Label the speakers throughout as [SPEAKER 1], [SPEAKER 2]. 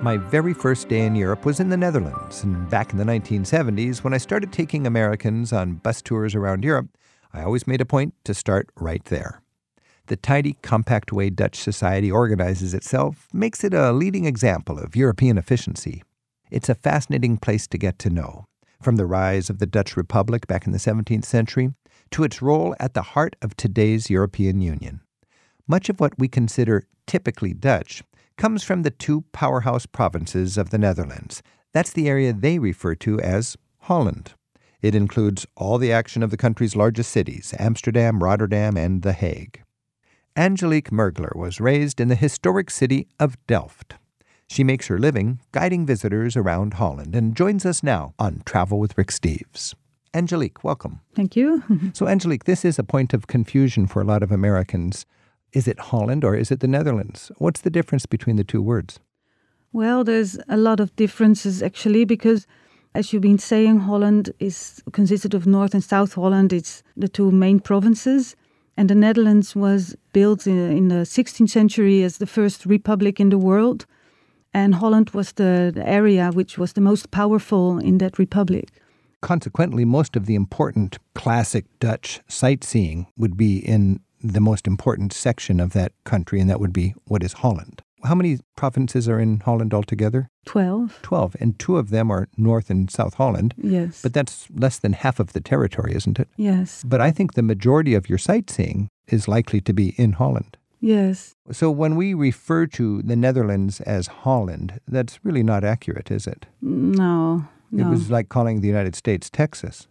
[SPEAKER 1] My very first day in Europe was in the Netherlands, and back in the 1970s, when I started taking Americans on bus tours around Europe, I always made a point to start right there. The tidy, compact way Dutch society organizes itself makes it a leading example of European efficiency. It's a fascinating place to get to know, from the rise of the Dutch Republic back in the 17th century to its role at the heart of today's European Union. Much of what we consider typically Dutch comes from the two powerhouse provinces of the Netherlands. That's the area they refer to as Holland. It includes all the action of the country's largest cities Amsterdam, Rotterdam, and The Hague. Angelique Mergler was raised in the historic city of Delft. She makes her living guiding visitors around Holland and joins us now on Travel with Rick Steves. Angelique, welcome.
[SPEAKER 2] Thank you.
[SPEAKER 1] so, Angelique, this is a point of confusion for a lot of Americans is it Holland or is it the Netherlands? What's the difference between the two words?
[SPEAKER 2] Well, there's a lot of differences actually because as you've been saying Holland is consisted of North and South Holland. It's the two main provinces and the Netherlands was built in, in the 16th century as the first republic in the world and Holland was the, the area which was the most powerful in that republic.
[SPEAKER 1] Consequently, most of the important classic Dutch sightseeing would be in the most important section of that country, and that would be what is Holland. How many provinces are in Holland altogether?
[SPEAKER 2] Twelve.
[SPEAKER 1] Twelve, and two of them are North and South Holland.
[SPEAKER 2] Yes.
[SPEAKER 1] But that's less than half of the territory, isn't it?
[SPEAKER 2] Yes.
[SPEAKER 1] But I think the majority of your sightseeing is likely to be in Holland.
[SPEAKER 2] Yes.
[SPEAKER 1] So when we refer to the Netherlands as Holland, that's really not accurate, is it?
[SPEAKER 2] No. No.
[SPEAKER 1] It was like calling the United States Texas.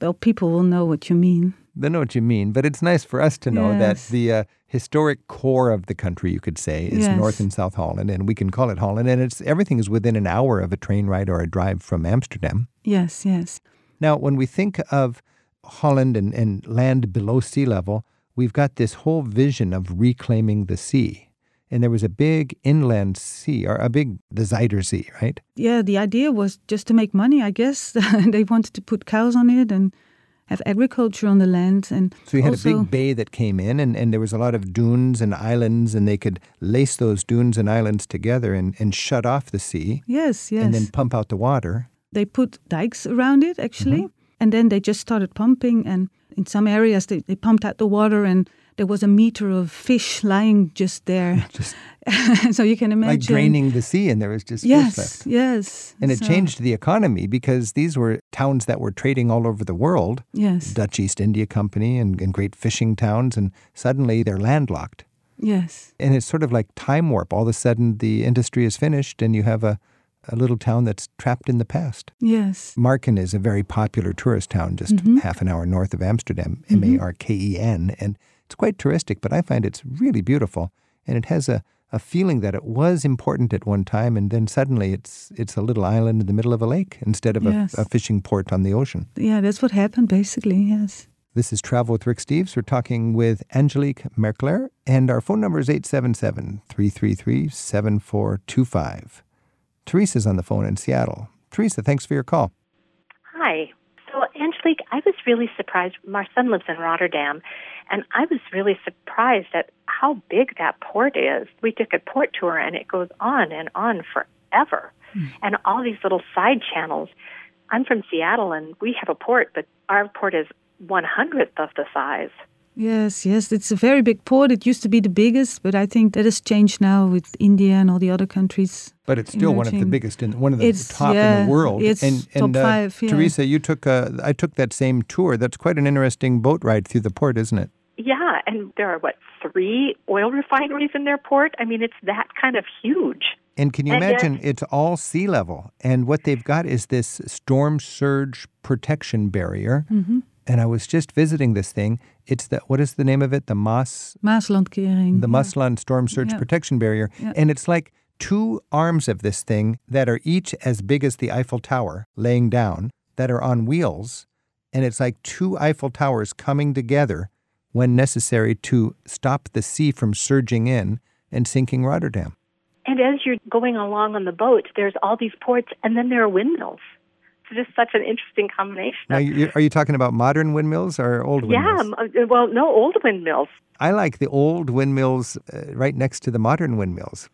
[SPEAKER 2] well, people will know what you mean.
[SPEAKER 1] They know what you mean, but it's nice for us to know
[SPEAKER 2] Yes.
[SPEAKER 1] that the uh, historic core of the country, you could say, is
[SPEAKER 2] Yes.
[SPEAKER 1] North and South Holland, and we can call it Holland, and it's everything is within an hour of a train ride or a drive from Amsterdam.
[SPEAKER 2] Yes, yes.
[SPEAKER 1] Now, when we think of Holland and, and land below sea level, we've got this whole vision of reclaiming the sea. And there was a big inland sea, or a big, the Zuiderzee, right?
[SPEAKER 2] Yeah, the idea was just to make money, I guess. they wanted to put cows on it and have agriculture on the land and
[SPEAKER 1] So you had
[SPEAKER 2] also,
[SPEAKER 1] a big bay that came in, and, and there was a lot of dunes and islands, and they could lace those dunes and islands together and, and shut off the sea
[SPEAKER 2] Yes, yes.
[SPEAKER 1] and then pump out the water.
[SPEAKER 2] they put dikes around it actually
[SPEAKER 1] Mm-hmm.
[SPEAKER 2] and then they just started pumping and in some areas they, they pumped out the water and there was a meter of fish lying just there.
[SPEAKER 1] Just
[SPEAKER 2] so you can imagine
[SPEAKER 1] like draining the sea, and there was just
[SPEAKER 2] Yes,
[SPEAKER 1] fish left.
[SPEAKER 2] yes.
[SPEAKER 1] And it
[SPEAKER 2] So-
[SPEAKER 1] changed the economy because these were towns that were trading all over the world,
[SPEAKER 2] Yes.
[SPEAKER 1] Dutch East India Company and, and great fishing towns, and suddenly they're landlocked.
[SPEAKER 2] yes.
[SPEAKER 1] And it's sort of like time warp. All of a sudden, the industry is finished, and you have a, a little town that's trapped in the past.
[SPEAKER 2] Yes.
[SPEAKER 1] Marken is a very popular tourist town just half an hour north of Amsterdam, M A R K E N. And it's quite touristic, but I find it's really beautiful. And it has a, a feeling that it was important at one time, and then suddenly it's, it's a little island in the middle of a lake instead of
[SPEAKER 2] Yes.
[SPEAKER 1] a, a fishing port on the ocean.
[SPEAKER 2] Yeah, that's what happened basically. Yes.
[SPEAKER 1] This is Travel with Rick Steves. We're talking with Angelique Merkler, and our phone number is 877 333 7425. Teresa's on the phone in Seattle. Teresa, thanks for your call.
[SPEAKER 3] Hi. So, Angelique, I was really surprised. My son lives in Rotterdam, and I was really surprised at how big that port is. We took a port tour, and it goes on and on forever, and all these little side channels. I'm from Seattle, and we have a port, but our port is one hundredth of the size.
[SPEAKER 2] Yes, yes. It's a very big port. It used to be the biggest, but I think that has changed now with India and all the other countries.
[SPEAKER 1] But it's still one of the
[SPEAKER 2] emerging.
[SPEAKER 1] biggest in one of the
[SPEAKER 2] It's-
[SPEAKER 1] top in
[SPEAKER 2] yeah,
[SPEAKER 1] the world.
[SPEAKER 2] it's
[SPEAKER 1] and,
[SPEAKER 2] top
[SPEAKER 1] and, uh,
[SPEAKER 2] five, yeah.
[SPEAKER 1] Teresa, you took uh, I took that same tour. That's quite an interesting boat ride through the port, isn't it?
[SPEAKER 3] Yeah, and there are, what, three oil refineries in their port? I mean, it's that kind of huge.
[SPEAKER 1] And can you
[SPEAKER 3] And
[SPEAKER 1] imagine? It's all sea level, and what they've got is this storm surge protection barrier.
[SPEAKER 2] Mm-hmm.
[SPEAKER 1] And I was just visiting this thing. It's the what is the name of it? The Moss
[SPEAKER 2] Maaslandkering.
[SPEAKER 1] the Muslan storm surge
[SPEAKER 2] Mm-hmm. Yeah.
[SPEAKER 1] protection barrier.
[SPEAKER 2] Yeah.
[SPEAKER 1] And it's like two arms of this thing that are each as big as the Eiffel Tower laying down that are on wheels. And it's like two Eiffel Towers coming together when necessary to stop the sea from surging in and sinking Rotterdam.
[SPEAKER 3] And as you're going along on the boat, there's all these ports, and then there are windmills. It's just such an interesting combination.
[SPEAKER 1] Now,
[SPEAKER 3] of-
[SPEAKER 1] you, are you talking about modern windmills or old
[SPEAKER 3] yeah,
[SPEAKER 1] windmills?
[SPEAKER 3] m- uh, well, no, old windmills.
[SPEAKER 1] I like the old windmills uh, right next to the modern windmills.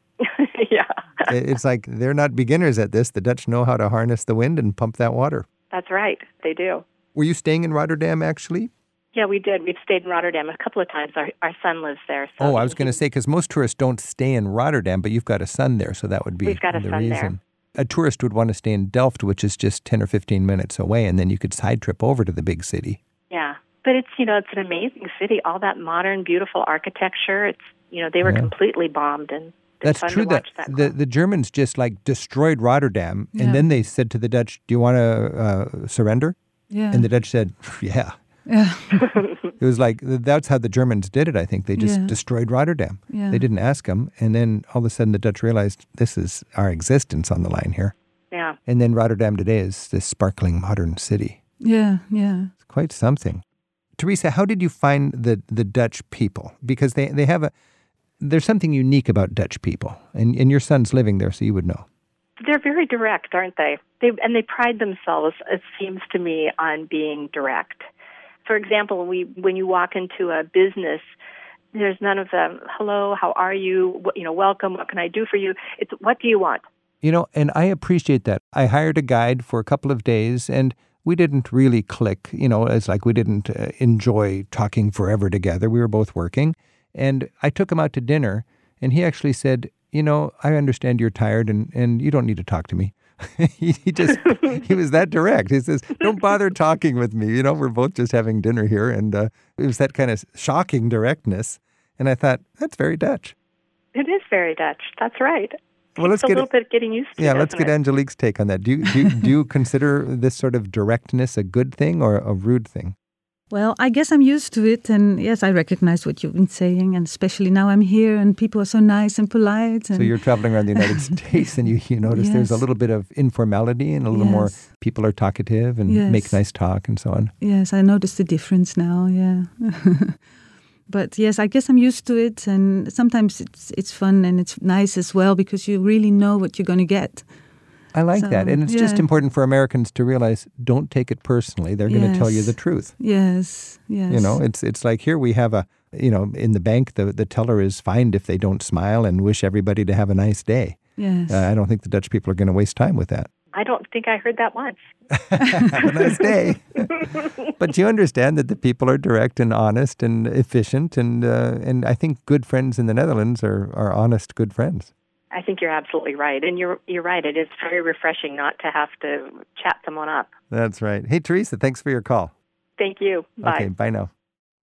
[SPEAKER 3] yeah.
[SPEAKER 1] it's like they're not beginners at this. The Dutch know how to harness the wind and pump that water.
[SPEAKER 3] That's right. They do.
[SPEAKER 1] Were you staying in Rotterdam actually?
[SPEAKER 3] Yeah, we did. We've stayed in Rotterdam a couple of times. Our, our son lives there. So
[SPEAKER 1] Oh, I was going to say because most tourists don't stay in Rotterdam, but you've got a son there, so that would be
[SPEAKER 3] We've got a
[SPEAKER 1] the
[SPEAKER 3] son there.
[SPEAKER 1] reason. A tourist would want to stay in Delft, which is just ten or fifteen minutes away, and then you could side trip over to the big city.
[SPEAKER 3] Yeah, but it's you know it's an amazing city. All that modern, beautiful architecture. It's you know they were completely bombed and
[SPEAKER 1] That's
[SPEAKER 3] it's fun
[SPEAKER 1] true.
[SPEAKER 3] To
[SPEAKER 1] That,
[SPEAKER 3] watch that
[SPEAKER 1] the the Germans just like destroyed Rotterdam,
[SPEAKER 2] Yeah.
[SPEAKER 1] and then they said to the Dutch, "Do you want to uh, surrender?"
[SPEAKER 2] Yeah.
[SPEAKER 1] And the Dutch said, "Yeah."
[SPEAKER 2] yeah.
[SPEAKER 1] It was like th- that's how the Germans did it. I think they just
[SPEAKER 2] Yeah.
[SPEAKER 1] destroyed Rotterdam.
[SPEAKER 2] Yeah.
[SPEAKER 1] They didn't ask them, and then all of a sudden the Dutch realized this is our existence on the line here.
[SPEAKER 3] yeah,
[SPEAKER 1] And then Rotterdam today is this sparkling modern city.
[SPEAKER 2] Yeah. Yeah.
[SPEAKER 1] It's quite something. Teresa, how did you find the, the Dutch people? Because they, they have a there's something unique about Dutch people. And and your son's living there, so you would know.
[SPEAKER 3] they're very direct, aren't they? They and they pride themselves, it seems to me, on being direct. For example, we when you walk into a business, there's none of the hello, how are you, what, you know, welcome, what can I do for you? It's what do you want?
[SPEAKER 1] You know, and I appreciate that. I hired a guide for a couple of days and we didn't really click. You know, it's like we didn't uh, enjoy talking forever together. We were both working. And I took him out to dinner and he actually said, You know, I understand you're tired and, and you don't need to talk to me. he, he just, he was that direct. He says, Don't bother talking with me. You know, we're both just having dinner here. And uh, it was that kind of shocking directness. And I thought, That's very Dutch.
[SPEAKER 3] It is very Dutch. That's right.
[SPEAKER 1] Well, let's
[SPEAKER 3] it's a
[SPEAKER 1] get
[SPEAKER 3] little bit getting used to.
[SPEAKER 1] yeah, let's
[SPEAKER 3] doesn't
[SPEAKER 1] get
[SPEAKER 3] it?
[SPEAKER 1] Angelique's take on that. Do you, do, you- do you consider this sort of directness a good thing or a rude thing?
[SPEAKER 2] Well, I guess I'm used to it, and yes, I recognize what you've been saying, and especially now I'm here, and people are so nice and polite. And
[SPEAKER 1] So you're traveling around the United States and you, you notice there's a
[SPEAKER 2] Yes.
[SPEAKER 1] little bit of informality and a little more
[SPEAKER 2] Yes.
[SPEAKER 1] people are talkative and make
[SPEAKER 2] Yes.
[SPEAKER 1] nice talk and so on.
[SPEAKER 2] Yes, I notice the difference now. Yeah. but yes, I guess I'm used to it, and sometimes it's it's fun and it's nice as well because you really know what you're going to get.
[SPEAKER 1] I like that.
[SPEAKER 2] So,
[SPEAKER 1] And it's just
[SPEAKER 2] yeah.
[SPEAKER 1] important for Americans to realize don't take it personally. They're going to tell you
[SPEAKER 2] Yes.
[SPEAKER 1] the truth.
[SPEAKER 2] Yes. Yes.
[SPEAKER 1] You know, it's it's like here we have a, you know, in the bank the the teller is fined if they don't smile and wish everybody to have a nice day.
[SPEAKER 2] Yes.
[SPEAKER 1] Uh, I don't think the Dutch people are going to waste time with that.
[SPEAKER 3] I don't think I heard that once.
[SPEAKER 1] have a nice day. but you understand that the people are direct and honest and efficient, and uh, and I think good friends in the Netherlands are are honest good friends.
[SPEAKER 3] I think you're absolutely right, and you're you're right. It is very refreshing not to have to chat someone up.
[SPEAKER 1] That's right. Hey Teresa, thanks for your call.
[SPEAKER 3] Thank you. Bye.
[SPEAKER 1] Okay, bye now.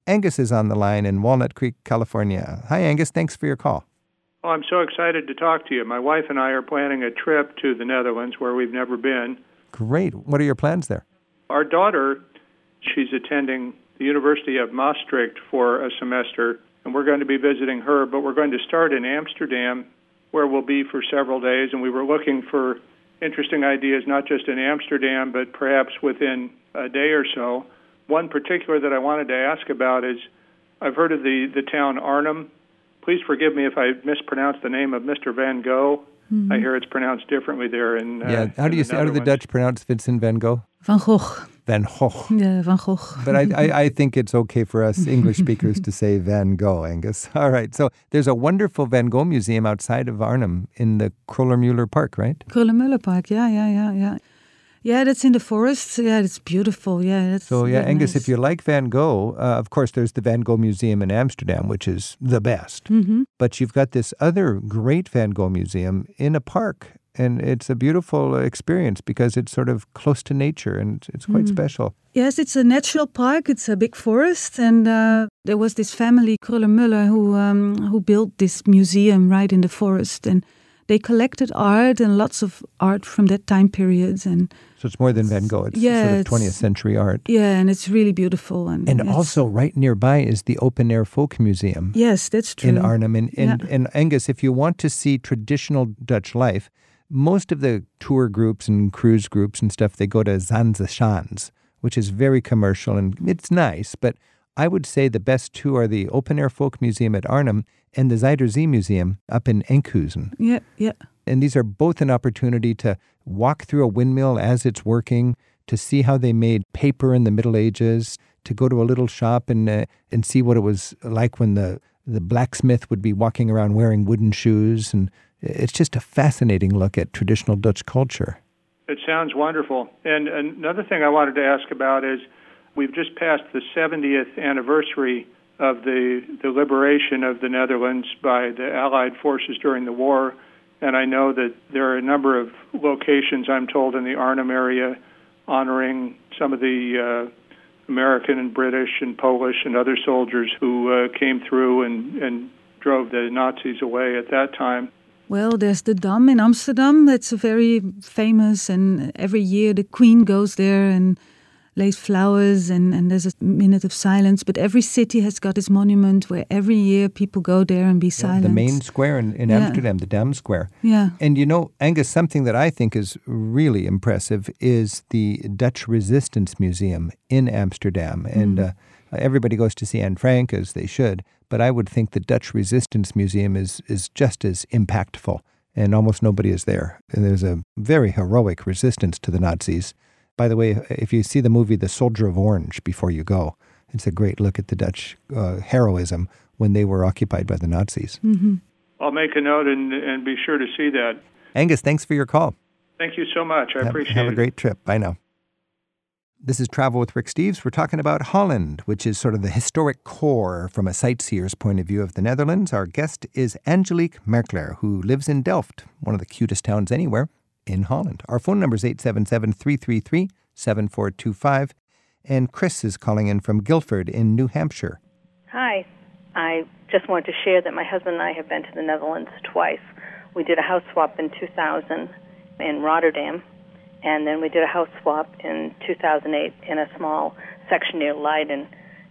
[SPEAKER 1] Angus is on the line in Walnut Creek, California. Hi Angus, thanks for your call.
[SPEAKER 4] Well, Oh, I'm so excited to talk to you. My wife and I are planning a trip to the Netherlands where we've never been.
[SPEAKER 1] Great. What are your plans there?
[SPEAKER 4] Our daughter, she's attending the University of Maastricht for a semester, and we're going to be visiting her, but we're going to start in Amsterdam where we'll be for several days, and we were looking for interesting ideas not just in Amsterdam, but perhaps within a day or so. One particular that I wanted to ask about is I've heard of the, the town Arnhem. Please forgive me if I mispronounce the name of Mr. Van Gogh. I hear it's pronounced differently there. In, uh,
[SPEAKER 1] Hmm. yeah. How
[SPEAKER 4] in
[SPEAKER 1] do you say, how do the
[SPEAKER 4] Netherlands.
[SPEAKER 1] Dutch pronounce Vincent van Gogh?
[SPEAKER 2] Van Gogh.
[SPEAKER 1] Van Gogh.
[SPEAKER 2] Yeah, Van Gogh.
[SPEAKER 1] But I, I, I think it's okay for us English speakers to say Van Gogh, Angus. All right. So there's a wonderful Van Gogh museum outside of Arnhem in the Krollermuller Park, right?
[SPEAKER 2] Krullenmuller Park. Yeah, yeah, yeah, yeah. Yeah, that's in the forest. Yeah, it's beautiful. Yeah, that's
[SPEAKER 1] So, yeah,
[SPEAKER 2] very
[SPEAKER 1] Angus,
[SPEAKER 2] nice.
[SPEAKER 1] if you like Van Gogh, uh, of course, there's the Van Gogh Museum in Amsterdam, which is the best. Mm-hmm. But you've got this other great Van Gogh museum in a park. And it's a beautiful experience because it's sort of close to nature and it's quite special.
[SPEAKER 2] Yes, it's a natural park. It's a big forest, and uh, there was this family Krullenmuller who um, who built this museum right in the forest, and they collected art and lots of art from that time period, and
[SPEAKER 1] So it's more than Van Gogh, it's
[SPEAKER 2] Yeah,
[SPEAKER 1] sort of
[SPEAKER 2] it's-
[SPEAKER 1] 20th century art.
[SPEAKER 2] yeah, and it's really beautiful, and
[SPEAKER 1] And
[SPEAKER 2] it's-
[SPEAKER 1] also, right nearby is the Open Air Folk Museum.
[SPEAKER 2] yes, that's true.
[SPEAKER 1] in Arnhem. And, and,
[SPEAKER 2] Yeah.
[SPEAKER 1] and Angus, if you want to see traditional Dutch life, most of the tour groups and cruise groups and stuff, they go to Zanzeshans, which is very commercial and it's nice. But I would say the best two are the Open Air Folk Museum at Arnhem and the Zuider Zee Museum up in Enkhuizen.
[SPEAKER 2] yeah, yeah,
[SPEAKER 1] And these are both an opportunity to walk through a windmill as it's working, to see how they made paper in the Middle Ages, to go to a little shop and uh, and see what it was like when the the blacksmith would be walking around wearing wooden shoes and It's just a fascinating look at traditional Dutch culture.
[SPEAKER 4] It sounds wonderful. And another thing I wanted to ask about is we've just passed the 70th anniversary of the, the liberation of the Netherlands by the Allied forces during the war. And I know that there are a number of locations, I'm told, in the Arnhem area honoring some of the uh, American and British and Polish and other soldiers who uh, came through and, and drove the Nazis away at that time.
[SPEAKER 2] Well, there's the Dam in Amsterdam. That's a very famous, and every year the Queen goes there and lays flowers, and, and there's a minute of silence. But every city has got its monument where every year people go there and be silent.
[SPEAKER 1] The main square in, in
[SPEAKER 2] Yeah.
[SPEAKER 1] Amsterdam, the Dam Square.
[SPEAKER 2] Yeah.
[SPEAKER 1] And you know, Angus, something that I think is really impressive is the Dutch Resistance Museum in Amsterdam. And uh, everybody goes to see Anne Frank as they should, but I would think the Dutch Resistance Museum is, is just as impactful, and almost nobody is there. And there's a very heroic resistance to the Nazis. By the way, if you see the movie The Soldier of Orange before you go, it's a great look at the Dutch uh, heroism when they were occupied by the Nazis.
[SPEAKER 4] I'll make a note and, and be sure to see that.
[SPEAKER 1] Angus, thanks for your call.
[SPEAKER 4] Thank you so much. I
[SPEAKER 1] Have-
[SPEAKER 4] appreciate
[SPEAKER 1] Have
[SPEAKER 4] it.
[SPEAKER 1] a great trip. Bye now. This is Travel with Rick Steves. We're talking about Holland, which is sort of the historic core from a sightseer's point of view of the Netherlands. Our guest is Angelique Merkler, who lives in Delft, one of the cutest towns anywhere in Holland. Our phone number is 877 333 7425. And Chris is calling in from Guilford in New Hampshire.
[SPEAKER 5] Hi. I just wanted to share that my husband and I have been to the Netherlands twice. We did a house swap in 2000 in Rotterdam, and then we did a house swap in 2008 in a small section near Leiden.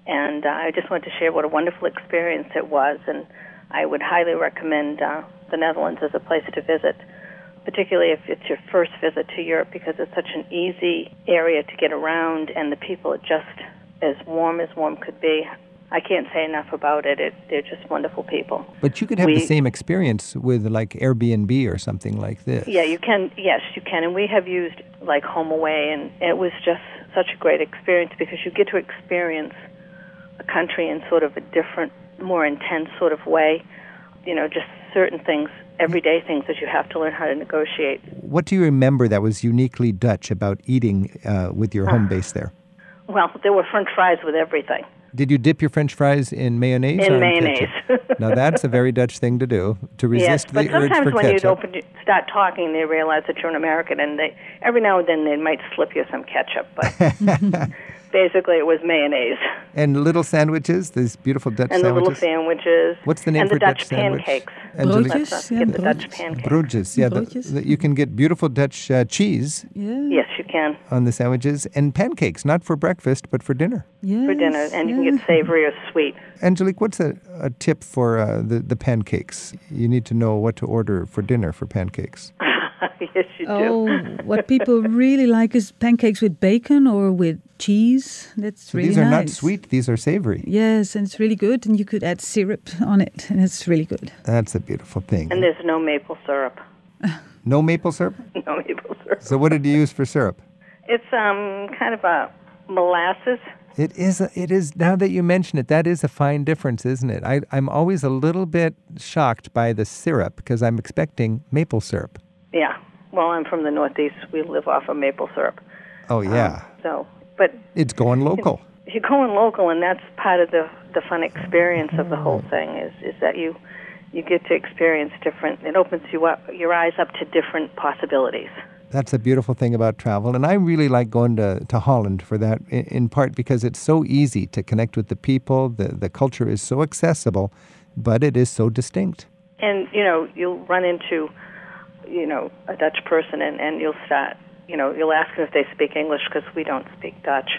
[SPEAKER 5] And uh, I just wanted to share what a wonderful experience it was, and I would highly recommend uh, the Netherlands as a place to visit, particularly if it's your first visit to Europe, because it's such an easy area to get around, and the people are just as warm as warm could be. I can't say enough about it. it they're just wonderful people.
[SPEAKER 1] But you could have the
[SPEAKER 5] We-
[SPEAKER 1] same experience with like Airbnb or something like this.
[SPEAKER 5] Yeah, you can. Yes, you can. And we have used like Home Away, and it was just such a great experience because you get to experience a country in sort of a different, more intense sort of way. You know, just certain things, everyday things that you have to learn how to negotiate.
[SPEAKER 1] What do you remember that was uniquely Dutch about eating uh, with your home base there?
[SPEAKER 5] Well, there were French fries with everything.
[SPEAKER 1] Did you dip your French fries in mayonnaise?
[SPEAKER 5] In
[SPEAKER 1] or
[SPEAKER 5] mayonnaise.
[SPEAKER 1] ketchup? now that's a very Dutch thing to do to resist
[SPEAKER 5] yes, but
[SPEAKER 1] the urge
[SPEAKER 5] sometimes
[SPEAKER 1] for
[SPEAKER 5] when
[SPEAKER 1] ketchup.
[SPEAKER 5] you open, you start talking, they realize that you're an American, and they every now and then they might slip you some ketchup. But basically, it was mayonnaise.
[SPEAKER 1] and little sandwiches, these beautiful Dutch
[SPEAKER 5] and the
[SPEAKER 1] sandwiches.
[SPEAKER 5] little sandwiches.
[SPEAKER 1] What's the name
[SPEAKER 5] and
[SPEAKER 1] for
[SPEAKER 5] the Dutch,
[SPEAKER 1] sandwich?
[SPEAKER 5] pancakes?
[SPEAKER 1] Angelique-
[SPEAKER 2] Broodjes?
[SPEAKER 5] Let's not
[SPEAKER 2] yeah,
[SPEAKER 5] forget the Dutch
[SPEAKER 2] broodjes.
[SPEAKER 5] pancakes.
[SPEAKER 1] Broodjes, yeah. the-
[SPEAKER 2] Broodjes.
[SPEAKER 1] the- you can get beautiful Dutch uh, cheese
[SPEAKER 2] Yeah.
[SPEAKER 5] Yes, you can
[SPEAKER 1] on the sandwiches and pancakes, not for breakfast, but for dinner.
[SPEAKER 2] Yes,
[SPEAKER 5] for dinner, and you can
[SPEAKER 2] yeah.
[SPEAKER 5] get savory or sweet.
[SPEAKER 1] Angelique, what's a, a tip for uh, the, the pancakes? You need to know what to order for dinner for pancakes.
[SPEAKER 5] yes, you
[SPEAKER 2] Oh,
[SPEAKER 5] do.
[SPEAKER 2] what people really like is pancakes with bacon or with cheese. That's
[SPEAKER 1] So
[SPEAKER 2] really
[SPEAKER 1] these are not
[SPEAKER 2] nice.
[SPEAKER 1] sweet, these are savory.
[SPEAKER 2] Yes, and it's really good. And you could add syrup on it, and it's really good.
[SPEAKER 1] That's a beautiful thing.
[SPEAKER 5] And there's no maple syrup.
[SPEAKER 1] no maple syrup?
[SPEAKER 5] No maple syrup.
[SPEAKER 1] So what did you use for syrup?
[SPEAKER 5] It's um kind of a molasses.
[SPEAKER 1] It is. a- It is. Now that you mention it, that is a fine difference, isn't it? I, I'm always a little bit shocked by the syrup because I'm expecting maple syrup.
[SPEAKER 5] Yeah. Well, I'm from the Northeast. We live off of maple syrup.
[SPEAKER 1] Oh yeah,
[SPEAKER 5] So, but
[SPEAKER 1] it's going local.
[SPEAKER 5] you're going local, and that's part of the the fun experience of the whole thing is is that you you get to experience different. It opens you up your eyes up to different possibilities.
[SPEAKER 1] That's a beautiful thing about travel, and I really like going to, to Holland for that. In, in part because it's so easy to connect with the people. the The culture is so accessible, but it is so distinct.
[SPEAKER 5] and you know you'll run into you know a dutch person and and you'll start you know you'll ask them if they speak english because we don't speak dutch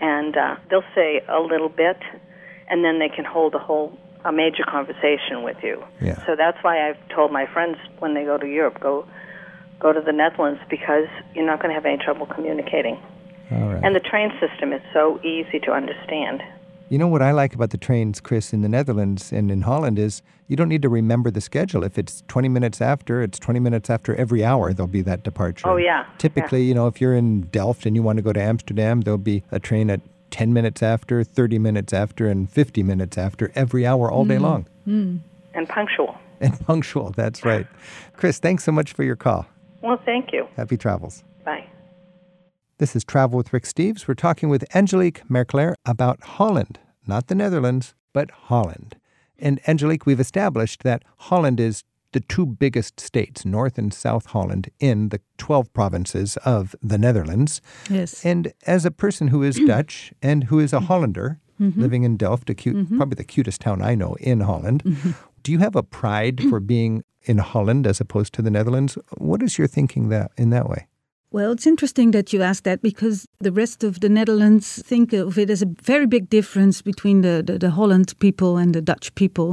[SPEAKER 5] and uh they'll say a little bit and then they can hold a whole a major conversation with you
[SPEAKER 1] Yeah.
[SPEAKER 5] so that's why i've told my friends when they go to europe go go to the netherlands because you're not going to have any trouble communicating
[SPEAKER 1] All right.
[SPEAKER 5] and the train system is so easy to understand
[SPEAKER 1] You know what I like about the trains, Chris, in the Netherlands and in Holland is you don't need to remember the schedule. If it's 20 minutes after, it's 20 minutes after every hour, there'll be that departure.
[SPEAKER 5] Oh, yeah,
[SPEAKER 1] Typically, you know, if you're in Delft and you want to go to Amsterdam, there'll be a train at 10 minutes after,
[SPEAKER 5] Mm-hmm.
[SPEAKER 1] 30
[SPEAKER 2] Mm,
[SPEAKER 1] minutes after, and 50 minutes after every hour all day long.
[SPEAKER 5] and punctual
[SPEAKER 1] and punctual. That's right. Chris, thanks so much for your call.
[SPEAKER 5] Well, thank you.
[SPEAKER 1] Happy travels.
[SPEAKER 5] Bye.
[SPEAKER 1] This is Travel with Rick Steves. We're talking with Angelique Merclair about Holland, not the Netherlands, but Holland. And Angelique, we've established that Holland is the two biggest states, North and South Holland, in the 12 provinces of the Netherlands.
[SPEAKER 2] Yes.
[SPEAKER 1] And as a person who is Dutch and who is a Hollander living in Delft, a cute, probably the cutest town I know in Holland, do you have a pride for being in Holland as opposed to the Netherlands? What is your thinking that in that way?
[SPEAKER 2] Well, it's interesting that you ask that because the rest of the Netherlands think of it as a very big difference between the, the, the Holland people and the Dutch people.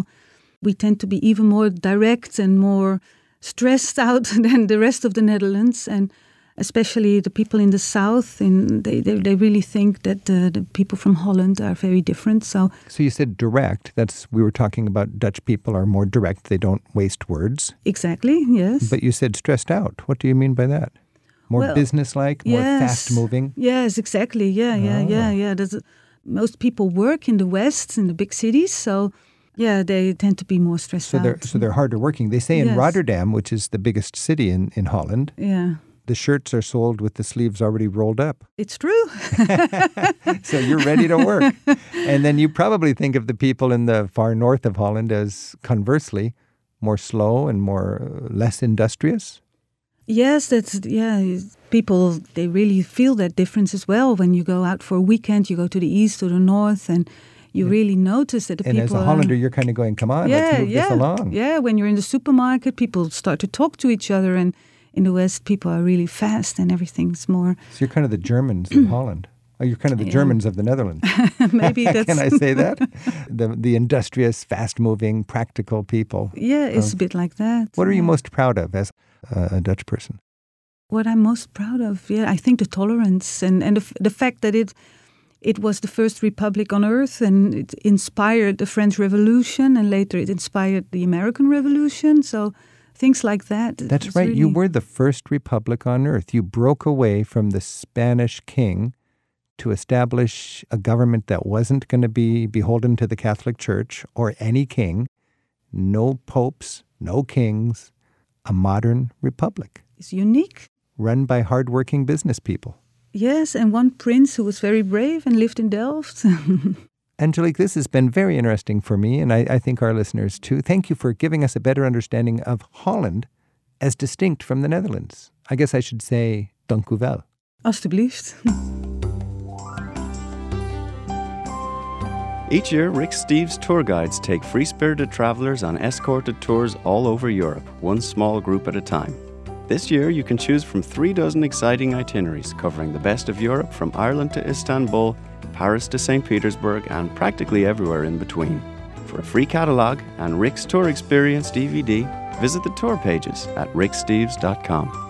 [SPEAKER 2] We tend to be even more direct and more stressed out than the rest of the Netherlands. And especially the people in the south, in, they, they, they really think that the, the people from Holland are very different. So,
[SPEAKER 1] So you said direct. That's we were talking about Dutch people are more direct. They don't waste words.
[SPEAKER 2] exactly, yes.
[SPEAKER 1] But you said stressed out. What do you mean by that? More
[SPEAKER 2] Well,
[SPEAKER 1] business-like, more Ah. fast-moving.
[SPEAKER 2] Yes, exactly. Yeah, yeah, yeah, yeah. There's, most people work in the West, in the big cities, so yeah, they tend to be more stressed
[SPEAKER 1] So they're
[SPEAKER 2] out.
[SPEAKER 1] so they're harder working. They say in
[SPEAKER 2] Yes.
[SPEAKER 1] Rotterdam, which is the biggest city in, in Holland,
[SPEAKER 2] yeah,
[SPEAKER 1] the shirts are sold with the sleeves already rolled up.
[SPEAKER 2] it's true.
[SPEAKER 1] So you're ready to work. and then you probably think of the people in the far north of Holland as conversely more slow and more uh, less industrious.
[SPEAKER 2] yes, that's yeah. is- People they really feel that difference as well. When you go out for a weekend, you go to the east or the north, and you really notice that the
[SPEAKER 1] And
[SPEAKER 2] people.
[SPEAKER 1] as a
[SPEAKER 2] are-
[SPEAKER 1] Hollander, you're kind of going, "Come on, let's move
[SPEAKER 2] yeah.
[SPEAKER 1] this along."
[SPEAKER 2] Yeah, when you're in the supermarket, people start to talk to each other, and in the West, people are really fast, and everything's more.
[SPEAKER 1] So you're kind of the Germans of Holland. Oh, you're kind of the Germans of the Netherlands.
[SPEAKER 2] Maybe that's
[SPEAKER 1] Can I say that? the the industrious, fast-moving, practical people.
[SPEAKER 2] Yeah, it's a bit like that.
[SPEAKER 1] Um, What are you
[SPEAKER 2] yeah.
[SPEAKER 1] most proud of as uh, a Dutch person?
[SPEAKER 2] What I'm most proud of, yeah, I think the tolerance and and the, f- the fact that it it was the first republic on earth and it inspired the French Revolution and later it inspired the American Revolution. So things like that.
[SPEAKER 1] That's
[SPEAKER 2] it's
[SPEAKER 1] right. You
[SPEAKER 2] really-
[SPEAKER 1] were the first republic on earth. You broke away from the Spanish king to establish a government that wasn't going to be beholden to the Catholic Church or any king, no popes, no kings, a modern republic
[SPEAKER 2] it's unique.
[SPEAKER 1] run by hardworking business people.
[SPEAKER 2] Yes, and one prince who was very brave and lived in Delft.
[SPEAKER 1] Angelique, this has been very interesting for me, and I, I think our listeners too. Thank you for giving us a better understanding of Holland as distinct from the Netherlands. I guess I should say, dank u wel.
[SPEAKER 2] Alsjeblieft.
[SPEAKER 6] Each year, Rick Steves tour guides take free spirited travelers on escorted tours all over Europe, one small group at a time. This year, you can choose from three dozen exciting itineraries covering the best of Europe from Ireland to Istanbul, Paris to St. Petersburg, and practically everywhere in between. For a free catalogue and Rick's Tour Experience DVD, visit the tour pages at ricksteves.com.